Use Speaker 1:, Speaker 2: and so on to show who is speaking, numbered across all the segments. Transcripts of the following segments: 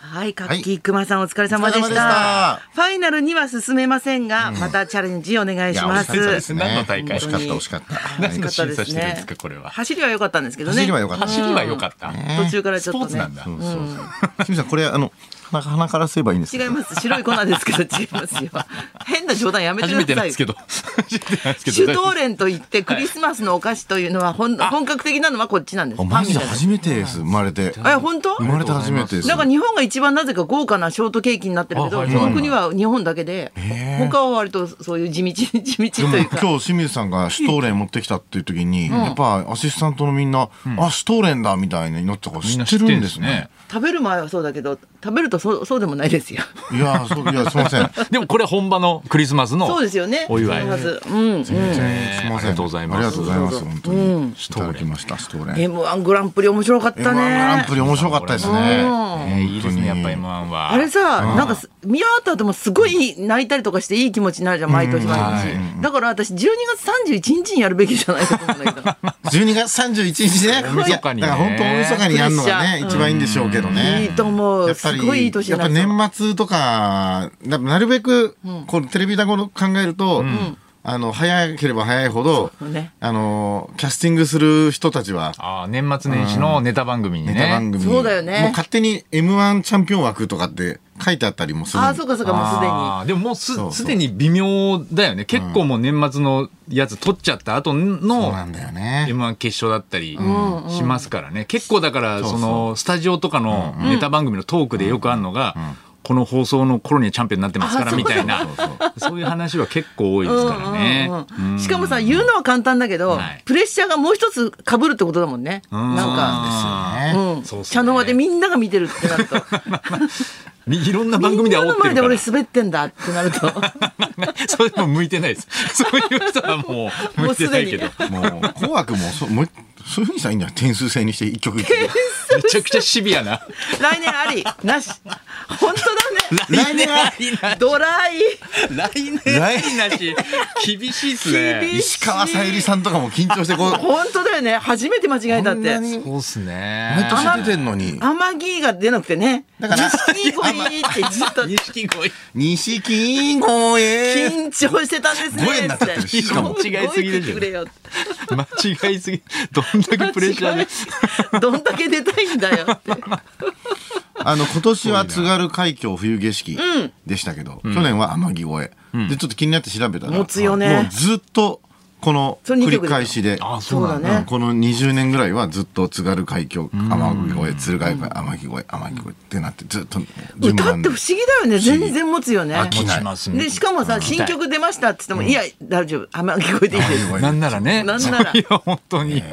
Speaker 1: はい、カッキー熊さんお疲れ様で
Speaker 2: お疲
Speaker 1: し
Speaker 2: れ様でしたた。
Speaker 1: ファイナルには進めませんが、またチャレンジお願いします。
Speaker 2: いやお疲れ様です
Speaker 1: 惜
Speaker 2: ね
Speaker 3: 何の大会
Speaker 1: 本
Speaker 2: 惜
Speaker 1: 当
Speaker 2: し
Speaker 1: に
Speaker 2: かった惜しかった。は
Speaker 3: 何
Speaker 2: い
Speaker 3: の
Speaker 1: かった
Speaker 3: 審
Speaker 1: です
Speaker 3: 査してるんです
Speaker 1: ね
Speaker 3: かこれは。
Speaker 1: 走りは良かったんですけどね。
Speaker 2: 走りは良かった。
Speaker 3: 走りは良かった。
Speaker 1: 途中からちょっと
Speaker 3: ス
Speaker 1: ね。
Speaker 3: ポーツなんだ。
Speaker 2: そうそうそう。
Speaker 4: 清水さん、これ、あの、鼻鼻からすればいいんです
Speaker 1: 違
Speaker 4: か
Speaker 1: います。白い粉ですけど違いますよ。変な冗談やめて
Speaker 3: 初
Speaker 1: く
Speaker 3: めて
Speaker 1: だ
Speaker 3: なん
Speaker 1: さい
Speaker 3: です。けど。初めてなんですけど。
Speaker 1: シュトーレンといってクリスマスのお菓子というのは本本格的なのはこっちなんです。
Speaker 4: あ
Speaker 1: パ
Speaker 4: マ
Speaker 1: ンみ
Speaker 4: ジで
Speaker 1: たいな。
Speaker 4: 初めてです、生まれて。
Speaker 1: え本当
Speaker 4: 生？まれて初めてです。
Speaker 1: なんか日本が一番なぜか豪華なショートケーキになってるけど、
Speaker 3: あはい
Speaker 1: その国は日本だけで、他は割とそういう地道地道と
Speaker 4: で
Speaker 1: いう
Speaker 4: も
Speaker 1: か。
Speaker 4: 今日清水さんがシュトーレン持ってきたっていう時に、やっぱアシスタントのみんな、あ、シュトーレンだみたいになってたから
Speaker 3: みん
Speaker 4: 知
Speaker 3: な
Speaker 4: って
Speaker 3: 知って
Speaker 4: る
Speaker 3: る
Speaker 4: ん
Speaker 3: ん
Speaker 4: で
Speaker 3: ですす
Speaker 4: ね
Speaker 3: ね。。
Speaker 1: 食べる前はそうだけど食べるとそうそうでもないですよ。
Speaker 4: いやー、そういや、すいません。 す
Speaker 3: でもこれ本場のクリスマスの
Speaker 1: そうですよね。
Speaker 3: お祝い
Speaker 1: そ。のはず。うん。
Speaker 4: いません。
Speaker 3: ありがとうございます
Speaker 4: ありがとうございます、本当に。いただきました、シュトーレン。M1
Speaker 1: M1 グランプリ面白かったね。
Speaker 4: グランプリ面白かったですね。
Speaker 3: えーいいですねやっぱ
Speaker 4: 本
Speaker 3: M1 は。
Speaker 1: あれさ、なんかす見終わった後もすごい泣いたりとかしていい気持ちになるじゃん、毎年毎
Speaker 3: うん
Speaker 1: 年。だから私、12月31日にやるべきじゃないかと思うんだけど。
Speaker 4: 当に12月31日ね。
Speaker 3: 大晦日にね
Speaker 4: いやだから本当大晦日にやるの
Speaker 1: プレッシ
Speaker 4: がね、
Speaker 1: ャー
Speaker 4: 一番いいんでしょうけどね。
Speaker 1: いいと思
Speaker 4: や
Speaker 1: う。
Speaker 4: っぱ
Speaker 1: す
Speaker 4: り
Speaker 1: ごいいい年に
Speaker 4: やっ
Speaker 1: な
Speaker 4: ぱ
Speaker 1: る。
Speaker 4: 年末とかななるべく、このテレビだこの考えると、あの早ければ早いほど
Speaker 1: そうね
Speaker 4: あのキャスティングする人たちは
Speaker 3: あー年末年始のネタ番組にね。
Speaker 4: ネタ番組に
Speaker 1: そうだよね
Speaker 4: もう勝手に m 1チャンピオン枠とかって書いてあったりもする
Speaker 1: ああ、そうかそうか、もうすでに。
Speaker 3: あーでももうす
Speaker 4: そうそう
Speaker 3: すでに微妙だよね結構もう年末のやつ取っちゃった後
Speaker 4: そ
Speaker 3: の
Speaker 4: うなんだよね
Speaker 3: m 1決勝だったりしますからね結構だか
Speaker 4: そ
Speaker 3: ら
Speaker 4: うそ
Speaker 3: そうのスタジオとかのネタ番組のトークでよくあるのがこの放送の頃にはチャンピオンになってますからみたいなそういう話は結構多いですからね
Speaker 1: うんうんうんしかもさ言うのは簡単だけど、
Speaker 3: はい
Speaker 1: プレッシャーがもう一つ被るってことだもんね、
Speaker 3: うん
Speaker 1: なん
Speaker 4: なん
Speaker 1: かう
Speaker 4: ですよね、
Speaker 1: ん
Speaker 3: そうっすね
Speaker 1: 茶の間でみんなが見てるってなると
Speaker 3: いろんな番組で
Speaker 1: みん
Speaker 3: 煽
Speaker 1: なの
Speaker 3: って
Speaker 1: 前
Speaker 3: る
Speaker 1: で
Speaker 3: か
Speaker 1: 俺
Speaker 3: ら
Speaker 1: 滑ってんだってなる と
Speaker 3: それでも向いてないですそういう人はもう向いてないけど
Speaker 1: も
Speaker 4: もう紅白もそうもうそういうふうにしたらいいんだよ点数制にして一曲一曲
Speaker 3: めちゃくちゃシビアな
Speaker 1: 来年ありなし本当だね
Speaker 4: 来年は
Speaker 1: ドライ
Speaker 3: 来年ありなし厳しいっすね
Speaker 1: 厳しい
Speaker 4: 石川さゆりさんとかも緊張してこう
Speaker 1: 本当だよね初めて間違えたっ
Speaker 4: こんな
Speaker 1: て
Speaker 4: に
Speaker 3: そうっすね
Speaker 4: 毎年出てんのに
Speaker 1: 天城が出なくてね
Speaker 4: だから
Speaker 1: 錦鯉ってずっと
Speaker 3: 錦鯉
Speaker 4: 錦鯉
Speaker 1: 緊張してたんですね
Speaker 4: 声になっちゃってるし
Speaker 3: かも違いすぎでし
Speaker 1: 声食
Speaker 3: ょ
Speaker 1: ってくれよって
Speaker 3: 間違いすぎどんだけプレッシャーで
Speaker 1: どんだけ出たいんだよって。
Speaker 4: あの今年は津軽海峡冬景色でしたけど、去年は天城越え、でちょっと気になって調べたら
Speaker 1: 持つよね
Speaker 4: もうずっとこの
Speaker 1: それ二曲
Speaker 4: 繰り
Speaker 1: ですか
Speaker 4: 返しで
Speaker 3: あそ
Speaker 1: そうう
Speaker 3: な
Speaker 1: だ
Speaker 3: ん
Speaker 4: うん
Speaker 1: ね。
Speaker 4: この20年ぐらいはずっと津軽海峡天城越え鶴ヶ丘天城越え天城越えってなってずっと順
Speaker 1: 歌っ
Speaker 4: 番
Speaker 1: て
Speaker 4: で
Speaker 1: 不思議だよね。全然持つよね。
Speaker 4: きない
Speaker 3: ます
Speaker 1: で、しかもさ、新曲出ましたって言っても、いや、大丈夫。あんま聞こえていいです。
Speaker 4: 天城越
Speaker 3: なんならね
Speaker 1: なんなら
Speaker 3: そういや本当に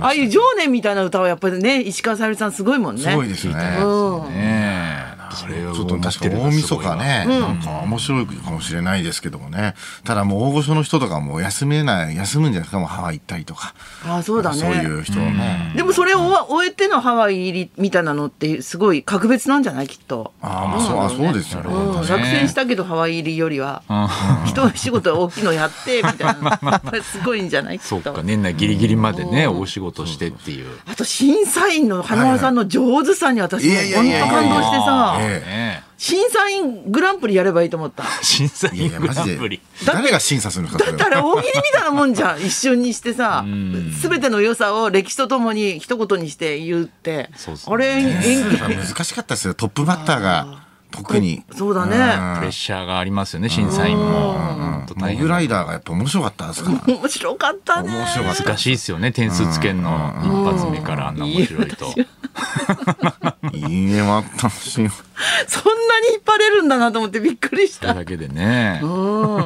Speaker 1: ああいう情念みたいな歌はやっぱりね、石川さゆりさんすごいもん
Speaker 4: え
Speaker 1: ね。
Speaker 4: すごいですね
Speaker 1: うん。
Speaker 3: ねえそれ
Speaker 4: ち
Speaker 3: を
Speaker 4: ょっと確か大晦日ね、なんか面白いかもしれないですけどもね。ただもう大御所の人とかもう休めない、休むんじゃなくてもうハワイ行ったりとか、
Speaker 1: ああ、そうだ
Speaker 4: そうい
Speaker 1: ね。
Speaker 4: う人をね。
Speaker 1: でもそれを終えてのハワイ入りみたいなのってすごい格別なんじゃないきっと。
Speaker 4: ああ、まあそう、あそうですよね。
Speaker 1: うん、落
Speaker 4: 確かに
Speaker 1: 選したけどハワイ入りよりは、一仕事大きいのやって、みたいな。やっぱりすごいんじゃないき っと。
Speaker 3: そうか年内ギリギリまでねお仕事してっていう
Speaker 1: あと審査員の花輪さんの上手さに私、
Speaker 4: はいはいいや
Speaker 1: 本
Speaker 4: いや
Speaker 1: 当
Speaker 4: いや
Speaker 1: 感動してさ、
Speaker 4: ええ
Speaker 3: ね
Speaker 1: 審査員グランプリやればいいと思った。
Speaker 3: え審査
Speaker 4: いや
Speaker 3: 員
Speaker 4: いや、
Speaker 3: グ
Speaker 4: マ
Speaker 3: ランプ
Speaker 4: ジ
Speaker 3: リ
Speaker 4: で。誰が審査するのか、それ
Speaker 1: だっ
Speaker 4: は。
Speaker 1: ら大喜利みたいなもんじゃん。一瞬にしてさ、すべての良さを歴史とともに一言にして言うって
Speaker 3: そう、そう
Speaker 1: あれ演技
Speaker 4: 難しかったですよ。トップバッターが、特に。
Speaker 1: そうだ
Speaker 3: プ
Speaker 1: ね。
Speaker 3: レッシャーがありますよね審査員も本当
Speaker 4: モ
Speaker 3: 大
Speaker 4: グ
Speaker 3: 変
Speaker 4: ライダーがやっぱ面白かったです から。
Speaker 1: 面白かったね。
Speaker 4: 面白かった。
Speaker 3: 難しいですよね点数つけんの一発目からあんな面白いと
Speaker 4: いいね、まったしい。
Speaker 1: そんなに引っ張れるんだなと思ってびっくりし
Speaker 3: それ
Speaker 1: た。
Speaker 3: だけでね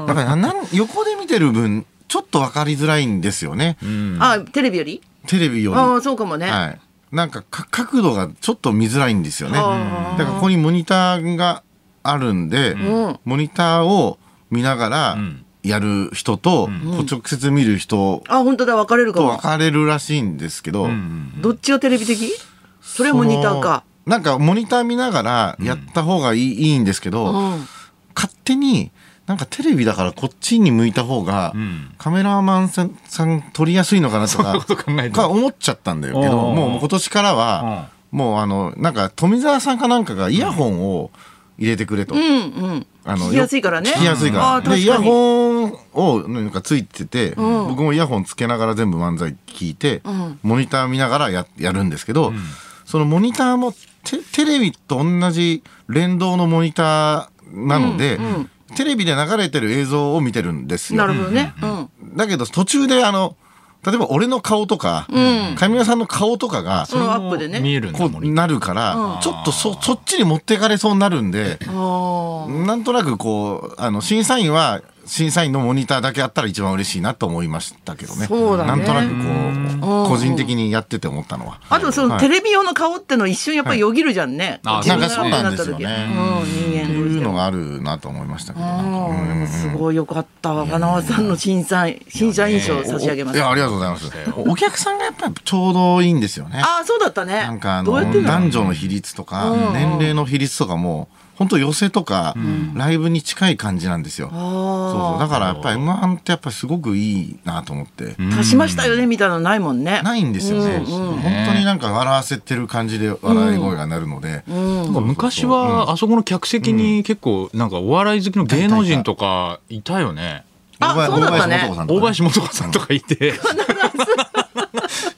Speaker 4: だから、なん横で見てる分、ちょっとわかりづらいんですよね。
Speaker 1: あ、テレビより
Speaker 4: テレビより。
Speaker 1: ああ、そうかもね。
Speaker 4: はい。なんかか角度がちょっと見づらいんですよね。だ
Speaker 1: あ
Speaker 4: からここにモニターがあるんで、
Speaker 1: ん
Speaker 4: モニターを見ながらやる人と、こう直接見る人
Speaker 1: あ、本当だ、分かれるか
Speaker 4: と
Speaker 1: も
Speaker 4: 分。かれるらしいんですけど、
Speaker 1: どっちがテレビ的それはモニターか。
Speaker 4: その。なんかモニター見ながらやった方がいい,、ん、いいんですけど、
Speaker 1: うん
Speaker 4: 勝手になんかテレビだからこっちに向いた方が、カメラマンさんさん撮りやすいのかなとか
Speaker 3: そういうこと考えてる
Speaker 4: か思っちゃったんだよけど
Speaker 3: おうおうおう
Speaker 4: もう今年からは、もうあのなんか富澤さんかなんかがイヤホンを入れてくれと、
Speaker 1: うんうん。
Speaker 4: あの
Speaker 1: 聞きやすいからね
Speaker 4: 聞きやすい
Speaker 1: うんあ
Speaker 4: か
Speaker 1: ー確か
Speaker 4: ら。で、
Speaker 1: に
Speaker 4: イヤホンをなんかついてて、僕もイヤホンつけながら全部漫才聞いて、モニター見ながらややるんですけど、そのモニターもテテレビと同じ連動のモニターなので、テレビで流れてる映像を見てるんですよ。
Speaker 1: なるほどね。うん。
Speaker 4: だけど途中であの、例えば俺の顔とか、神谷さんの顔とかが、
Speaker 1: そのアップでね
Speaker 3: 見えるんだ
Speaker 4: こ
Speaker 3: もん
Speaker 4: うなるから、ちょっとそそっちに持っていかれそうになるんで、
Speaker 1: あ
Speaker 4: なんとなくこうあの審査員は審査員のモニターだけあったら一番嬉しいなと思いましたけどね
Speaker 1: そうだね
Speaker 4: なんとなくこ
Speaker 1: うん
Speaker 4: う個人的にやってて思ったのは
Speaker 1: あ。あとその
Speaker 4: はい
Speaker 1: テレビ用の顔っての一瞬やっぱりよぎるじゃんね。
Speaker 3: はいあ
Speaker 1: 自
Speaker 4: なん
Speaker 1: 分
Speaker 4: か
Speaker 1: が
Speaker 4: そうなんです
Speaker 1: な
Speaker 4: よ
Speaker 1: っ
Speaker 4: ね
Speaker 1: た時うん、人
Speaker 4: っ
Speaker 1: 間
Speaker 4: て
Speaker 1: どう
Speaker 4: い
Speaker 1: し
Speaker 4: う
Speaker 1: て
Speaker 4: の
Speaker 1: も。
Speaker 4: があるなと思いましたけど
Speaker 1: うん、すごいよかったわ。金輪さんの審査員、審査員賞を差し上げま
Speaker 4: い
Speaker 1: す。
Speaker 4: やありがとうございますおお客さんがやっぱりちょうどいいんですよね
Speaker 1: ああ、そうだったね。
Speaker 4: なんかあ
Speaker 1: ど
Speaker 4: の
Speaker 1: うやってんの
Speaker 4: 男女の比率とか年齢の比率とかも本当寄せとかライブに近い感じなんですよそうそうだからやっぱ m 1ってやっぱりすごくいいなと思って
Speaker 1: 足しましたよねみたいなのないもんね。
Speaker 4: ないんですよね。本当になんか笑わせてる感じで笑い声がなるので。
Speaker 3: なんか昔はあそこの客席に結構なんかお笑い好きの芸能人とかいたよね
Speaker 1: あ
Speaker 4: 大
Speaker 1: そ
Speaker 4: 林
Speaker 1: うだったね
Speaker 4: 大林素子さんと
Speaker 3: 大
Speaker 4: かね
Speaker 3: 林素子さんとかいて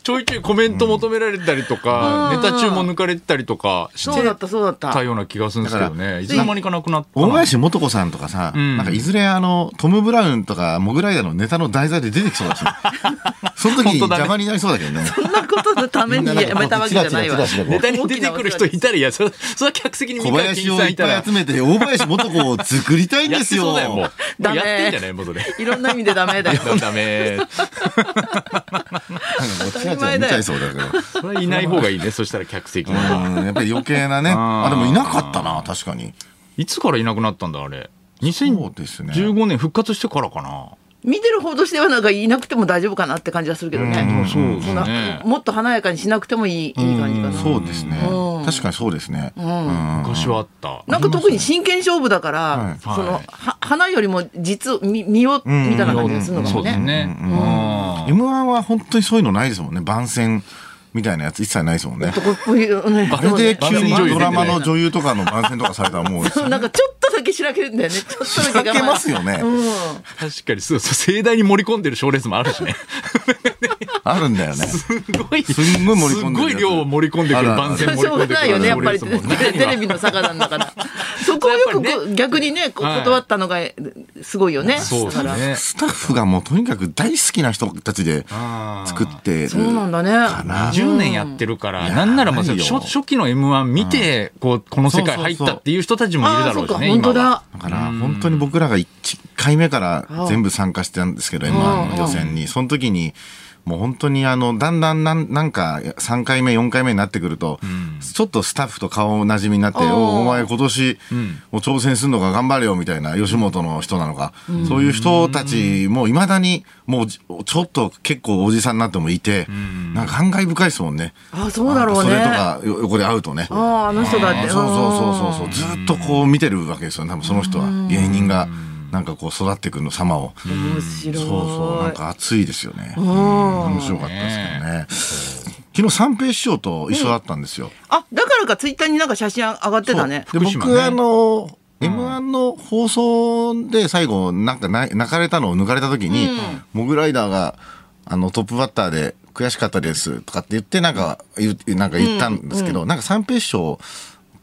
Speaker 3: ちょいちょいコメント求められたりとか、ネタ中も抜かれてたりとかし
Speaker 1: そうだってたそうだった。
Speaker 3: たような気がするんですけどねいつの間にかなくなったな
Speaker 4: 大林素子さんとかさ、
Speaker 3: ん
Speaker 4: なんかいずれあの、トム・ブラウンとかモグライダーのネタの題材で出てきそうだし、 その時に
Speaker 3: 本当だね
Speaker 4: 邪魔になりそうだけどね。
Speaker 1: そんなことのために
Speaker 4: みん
Speaker 1: や
Speaker 4: ななんか
Speaker 1: めたわけじゃないわ
Speaker 4: チラ。チラチラチラ
Speaker 3: ネタに出てくる人いたらいやそそれは客席に
Speaker 4: 小
Speaker 3: 三河
Speaker 4: 林
Speaker 3: 健
Speaker 4: を
Speaker 3: さん
Speaker 4: い
Speaker 3: い
Speaker 4: ったぱ
Speaker 3: ら
Speaker 4: い集めて、大林素子を作りたいん
Speaker 3: や
Speaker 4: で
Speaker 3: って
Speaker 4: すよ。
Speaker 3: そうだよもう
Speaker 1: ダ
Speaker 3: もう
Speaker 1: メ
Speaker 3: やってんじゃないもうそれ
Speaker 1: いろんな意味でダメだよ。
Speaker 3: ダメ
Speaker 4: なんかこうチラチラ見ちゃいそうだけど。
Speaker 3: それはいない方がいいねそしたら客席
Speaker 4: う
Speaker 3: には
Speaker 4: んやっぱり余計なね。
Speaker 3: ん
Speaker 4: あ、でもいなかったな、確かに。
Speaker 3: いつからいなくなったんだあれ
Speaker 4: そうですね
Speaker 3: 2015年復活してからかな
Speaker 1: 見てる方としてはなんかいなくても大丈夫かなって感じはするけどね。
Speaker 3: そうです
Speaker 1: な
Speaker 3: ね
Speaker 1: もっと華やかにしなくてもいいいい感じかな。
Speaker 4: そうですね。確かにそうですね。うん
Speaker 3: 昔はあった
Speaker 1: なんか特に真剣勝負だから、
Speaker 4: はい
Speaker 1: その
Speaker 3: はい
Speaker 1: は花よりも実をみ身をみたいな感じがするのか
Speaker 3: そ
Speaker 1: も
Speaker 3: うです
Speaker 1: ね。
Speaker 3: ねうん
Speaker 4: M1 は本当にそういうのないですもんね。番宣みたいなやつ一切ないですもんね。
Speaker 1: 男っぽいよね。
Speaker 4: あれで 急に
Speaker 3: 番宣女優出て
Speaker 4: ドラマの女優とかの番宣とかされたらもう、
Speaker 1: そうなんかちょっとだけしらけるんだよね。ちょっとだけ
Speaker 4: かけ
Speaker 1: 我
Speaker 4: ま
Speaker 1: 慢
Speaker 4: すよね。
Speaker 3: 確かにそうそう盛大に盛り込んでる賞レースもあるしね
Speaker 4: あるんだよね。
Speaker 3: すごい
Speaker 4: すんごい盛り込んでる
Speaker 3: すごい量を盛り込んでく
Speaker 4: あ
Speaker 3: る
Speaker 4: るある
Speaker 3: 番
Speaker 1: そ
Speaker 3: 宣
Speaker 1: れ
Speaker 3: 盛
Speaker 1: し
Speaker 3: り
Speaker 1: ょう
Speaker 3: 込
Speaker 1: が
Speaker 3: んでく
Speaker 1: ないよ
Speaker 3: る
Speaker 1: ね、やっぱり
Speaker 3: 賞レースもね
Speaker 1: テレビの坂なんだ から。そこをよくこう逆にね、こう
Speaker 3: はい
Speaker 1: 断ったのがすごいよね。
Speaker 3: そうです
Speaker 1: だから
Speaker 3: ね
Speaker 4: スタッフがもうとにかく大好きな人たちで作ってる
Speaker 1: そうなんだ
Speaker 4: か
Speaker 1: ね。
Speaker 4: な。
Speaker 3: 10年やってるから、
Speaker 4: うん
Speaker 3: なんならもう
Speaker 4: いやない
Speaker 3: 初
Speaker 4: よ
Speaker 3: 初期の m 1見て、こうこの世界入ったっていう人たちもいる
Speaker 1: あ
Speaker 3: だ
Speaker 1: あ、
Speaker 3: ろ
Speaker 1: そうう
Speaker 3: し
Speaker 1: か、
Speaker 3: ね
Speaker 1: 本
Speaker 3: 今
Speaker 1: 当
Speaker 3: は
Speaker 1: だ。
Speaker 4: だから本当に僕らが1回目から全部参加してたんですけど、M1 の予選に。その時に、もう本当にあの、だんだんなんなんか3回目、4回目になってくると、ちょっとスタッフと顔なじみになって、
Speaker 1: ん
Speaker 4: おお前今年もう挑戦するのか頑張れよみたいな、吉本の人なのか、そういう人たちもいまだにもうじちょっと結構おじさんになってもいて、なんか感慨深いですもんね。
Speaker 1: ああ、そうだろう
Speaker 4: そ
Speaker 1: ね。
Speaker 4: れと
Speaker 1: あ
Speaker 4: かよ横で会うとね。
Speaker 1: あ、あの人だって。
Speaker 4: そうそうそうそうそうずーっとこう見てるわけですよ多分その人は芸人がなんかこう育っていくの様を
Speaker 1: うん面白い。
Speaker 4: そうそうなんか熱いですよね面白かったですけどね昨日三平師匠と一緒だったんですよ
Speaker 1: あ、だからかツイッターになんか写真上がってたね。
Speaker 4: で
Speaker 3: 福島ね
Speaker 4: 僕あの M1 の放送で最後なんかない泣かれたのを抜かれた時にモグライダーがあのトップバッターで悔しかったですとかって言ってなんか言うなんか言ったんですけどなんか三平師匠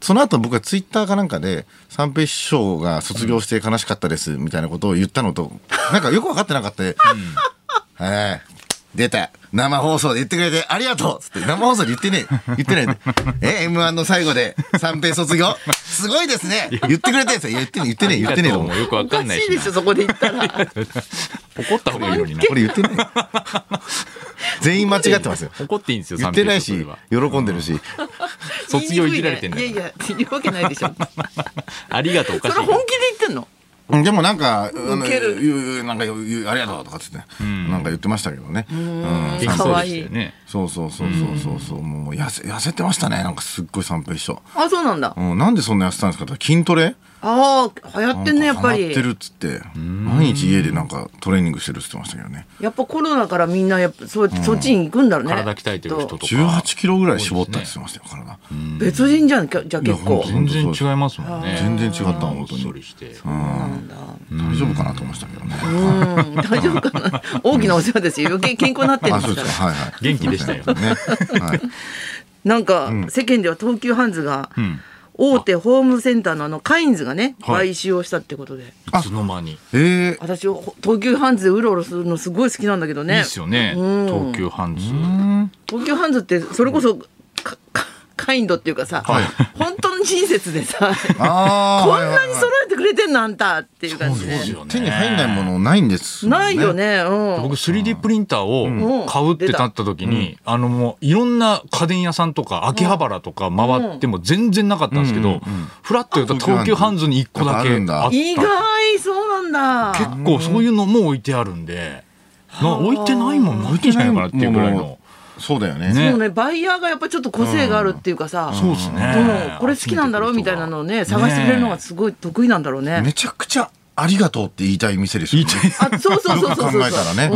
Speaker 4: その後僕はツイッターかなんかで三平師匠が卒業して悲しかったですみたいなことを言ったのとなんかよく分かってなかったではい。出た。生放送で言ってくれてありがとうつって、生放送で言ってねえ。言ってないで。え、M1 の最後で三平卒業すごいですね言ってくれてんですよ。いや言ってねえ、言ってねえ、言ってねえと思う。
Speaker 3: もよくわ
Speaker 1: お
Speaker 3: か
Speaker 1: か
Speaker 3: んない
Speaker 1: しい
Speaker 3: し
Speaker 1: で
Speaker 3: な
Speaker 1: しょ、そこで言ったら。
Speaker 3: 怒った方がいいのにな
Speaker 4: これ言ってない。全員間違ってますよ。
Speaker 3: 怒っていいんですよ
Speaker 4: 言ってない
Speaker 3: 三平
Speaker 4: し
Speaker 3: とかは、
Speaker 4: 喜んでるし。
Speaker 3: 卒業いじられてんだ
Speaker 1: い
Speaker 3: か
Speaker 1: や
Speaker 3: ら
Speaker 1: いや、言うわけないでしょ。
Speaker 3: ありがとうおか
Speaker 1: そ
Speaker 3: し
Speaker 1: れ
Speaker 3: い
Speaker 1: 本気で言ってんの
Speaker 4: うんでもなんか、あの
Speaker 1: ウケる
Speaker 4: ゆゆなんかゆゆありがとうとかっつってね、なんか言ってましたけどね。うん
Speaker 3: 元気そうでしたよね
Speaker 4: そうそうそうそうそうそう、もう痩せ痩せてましたね。なんかすっごい三平師匠。
Speaker 1: あ、そうなんだ。
Speaker 4: うん、なんでそんな痩せたんですかって筋トレ
Speaker 1: ああ流行ってんねやっぱ
Speaker 4: な
Speaker 1: り
Speaker 4: んかハマってるっつって毎日家でなんかトレーニングしてるっつってましたけどね
Speaker 1: やっぱコロナからみんなやっぱそうやってそっちに行くんだろうね
Speaker 3: 体鍛えてる人と
Speaker 1: きっ
Speaker 3: か
Speaker 4: 18キロぐらい絞ったりしてましたよ体
Speaker 1: と別人じゃんきゃじゃあ結構
Speaker 4: いや
Speaker 3: 全然違いますもんね
Speaker 4: 全然違った
Speaker 3: ほ
Speaker 4: 本
Speaker 3: っ
Speaker 4: 当
Speaker 3: そ
Speaker 4: に
Speaker 3: りして
Speaker 1: なんだ
Speaker 4: 大丈夫かなと思いましたけどね
Speaker 1: うん大丈夫かな大きなお世話ですよ余計健康になってるん
Speaker 4: あ
Speaker 1: で
Speaker 4: そう
Speaker 1: す
Speaker 4: で
Speaker 1: か
Speaker 4: す
Speaker 1: ら
Speaker 4: かはいはい
Speaker 3: 元気でしたよ
Speaker 4: すいませんねはい
Speaker 1: なんか世間では東急ハンズが
Speaker 3: ん
Speaker 1: 大手ホームセンターのあのカインズがね
Speaker 3: はい
Speaker 1: 買収をしたってことで
Speaker 3: いつの間にい
Speaker 4: えー
Speaker 1: 私ほ東急ハンズでうろうろするのすごい好きなんだけど
Speaker 3: い
Speaker 1: ね
Speaker 3: ですよね
Speaker 1: うん
Speaker 3: 東急ハンズ
Speaker 1: 東急ハンズってそれこそかかカインドっていうかさ
Speaker 4: はい
Speaker 1: 本当の親切で さ
Speaker 4: あー
Speaker 1: こん
Speaker 4: はいはいはい
Speaker 1: なに揃えてくれてんのあんたっていう感じ
Speaker 3: そうで
Speaker 1: で
Speaker 3: すよね
Speaker 4: 手に入んないものないんですもん
Speaker 1: ないよねうん
Speaker 3: 僕 3D プリンターを買うってなった時に、あのもういろんな家電屋さんとか秋葉原とか回っても全然なかったんですけど、フラッと言うと東急ハンズに1個だけあった。
Speaker 1: 意
Speaker 3: 結
Speaker 1: 外そうなんだ
Speaker 3: 構そういうのもう置いてあるんで、な置いてないもんないんじゃないかなっていうぐらいの。
Speaker 4: そうだよね
Speaker 3: ね
Speaker 1: そうねバイヤーがやっぱちょっと個性があるっていうかさ
Speaker 3: そうです
Speaker 1: う
Speaker 3: ね
Speaker 1: ん。これ好きなんだろうみたいなのをね探してくれるのがすごい得意なんだろうね
Speaker 4: めちゃくちゃありがとうって言いたい店ですよね
Speaker 1: あそうそうそうそうそう
Speaker 4: よく考えたらね、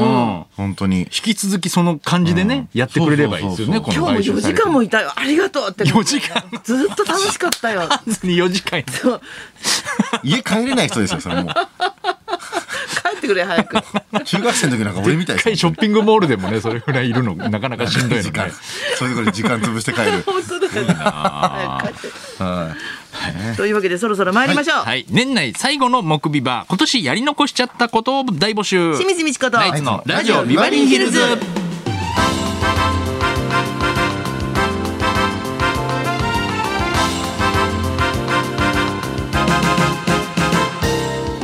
Speaker 3: ん
Speaker 4: 本当に
Speaker 3: 引き続きその感じでね、やってくれればいいですよね、
Speaker 4: そうそ
Speaker 3: こ
Speaker 4: う
Speaker 3: の
Speaker 1: 今日も4
Speaker 3: 買収さ
Speaker 1: 時
Speaker 3: れて
Speaker 1: 間もいたよありがとうって
Speaker 3: 4時間
Speaker 1: ずっと楽しかったよ
Speaker 3: 4時間
Speaker 1: そう
Speaker 4: 家帰れない人ですよそれもう
Speaker 1: 帰ってくれ 早く
Speaker 4: 中学生の時なんか俺みたい
Speaker 3: 一
Speaker 4: ですよ
Speaker 3: 回ショッピングモールでもね、それぐらいいるの、なかなかしんどいの
Speaker 4: 時
Speaker 3: ね
Speaker 4: 間。そういうところで時間潰して帰る
Speaker 1: 本当だよね早く帰って
Speaker 4: はい
Speaker 1: というわけでそろそろ参りましょう、
Speaker 3: はい、年内最後の木ビバー今年やり残しちゃったことを大募集
Speaker 1: 清水美智子と
Speaker 3: ナイツのラジオビバリーヒルズ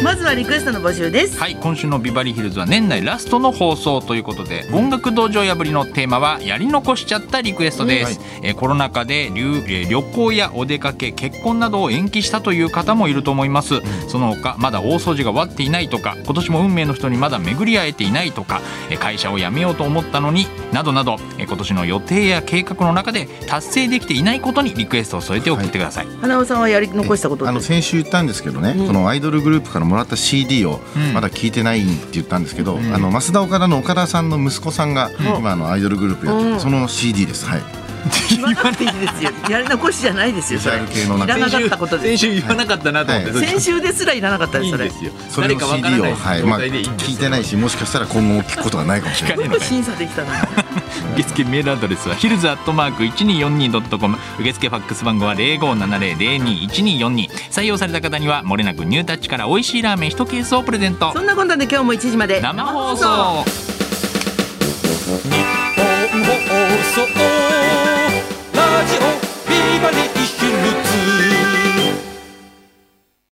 Speaker 1: まずはリクエストの募集です、
Speaker 3: はい今週のビバリーヒルズは年内ラストの放送ということで音楽道場破りのテーマはやり残しちゃったリクエストです、えーコロナ禍で旅,、えー旅行やお出かけ結婚などを延期したという方もいると思いますその他まだ大掃除が終わっていないとか今年も運命の人にまだ巡り会えていないとかえー会社を辞めようと思ったのになどなどえー今年の予定や計画の中で達成できていないことにリクエストを添えて送ってください、
Speaker 1: 花尾さんはやり残したこと
Speaker 4: あ
Speaker 1: っ
Speaker 4: の
Speaker 1: て
Speaker 4: 先週言ったんですけどね、このアイドルグループからもらった CD を
Speaker 3: うん
Speaker 4: まだ聞いてないって言ったんですけど、あの増田岡田の岡田さんの息子さんが今あのアイドルグループやってて、
Speaker 1: うん
Speaker 4: その CD ですはい
Speaker 1: 言わなくていいですよ やり残しじゃないですよそれ
Speaker 4: ビジュアル系の
Speaker 1: いらな
Speaker 4: 中
Speaker 1: かったことです
Speaker 3: 先週言わなかったなと思って、
Speaker 4: はい
Speaker 1: 先週ですらいらなかったです
Speaker 3: いい
Speaker 1: そ
Speaker 3: ん
Speaker 1: れ
Speaker 3: ですよ
Speaker 4: それ
Speaker 3: 誰
Speaker 4: の
Speaker 3: かわから
Speaker 4: CD を
Speaker 3: ない
Speaker 4: はい
Speaker 3: 状
Speaker 4: まあ
Speaker 3: 態でいいんです
Speaker 4: 聞いてないしもしかしたら今後聞くことがないかもしれない
Speaker 1: よく審査できたな
Speaker 3: 受付メールアドレスはヒルズアットマーク 1242.com 受付ファックス番号は0570021242採用された方にはもれなくニュータッチから美味しいラーメン1ケースをプレゼント
Speaker 1: そんなこんなで今日も1時まで
Speaker 3: 生放送
Speaker 2: 日本放送ラジオビバリーヒルズ」